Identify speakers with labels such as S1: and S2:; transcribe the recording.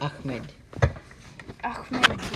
S1: Ahmed.
S2: Ahmed.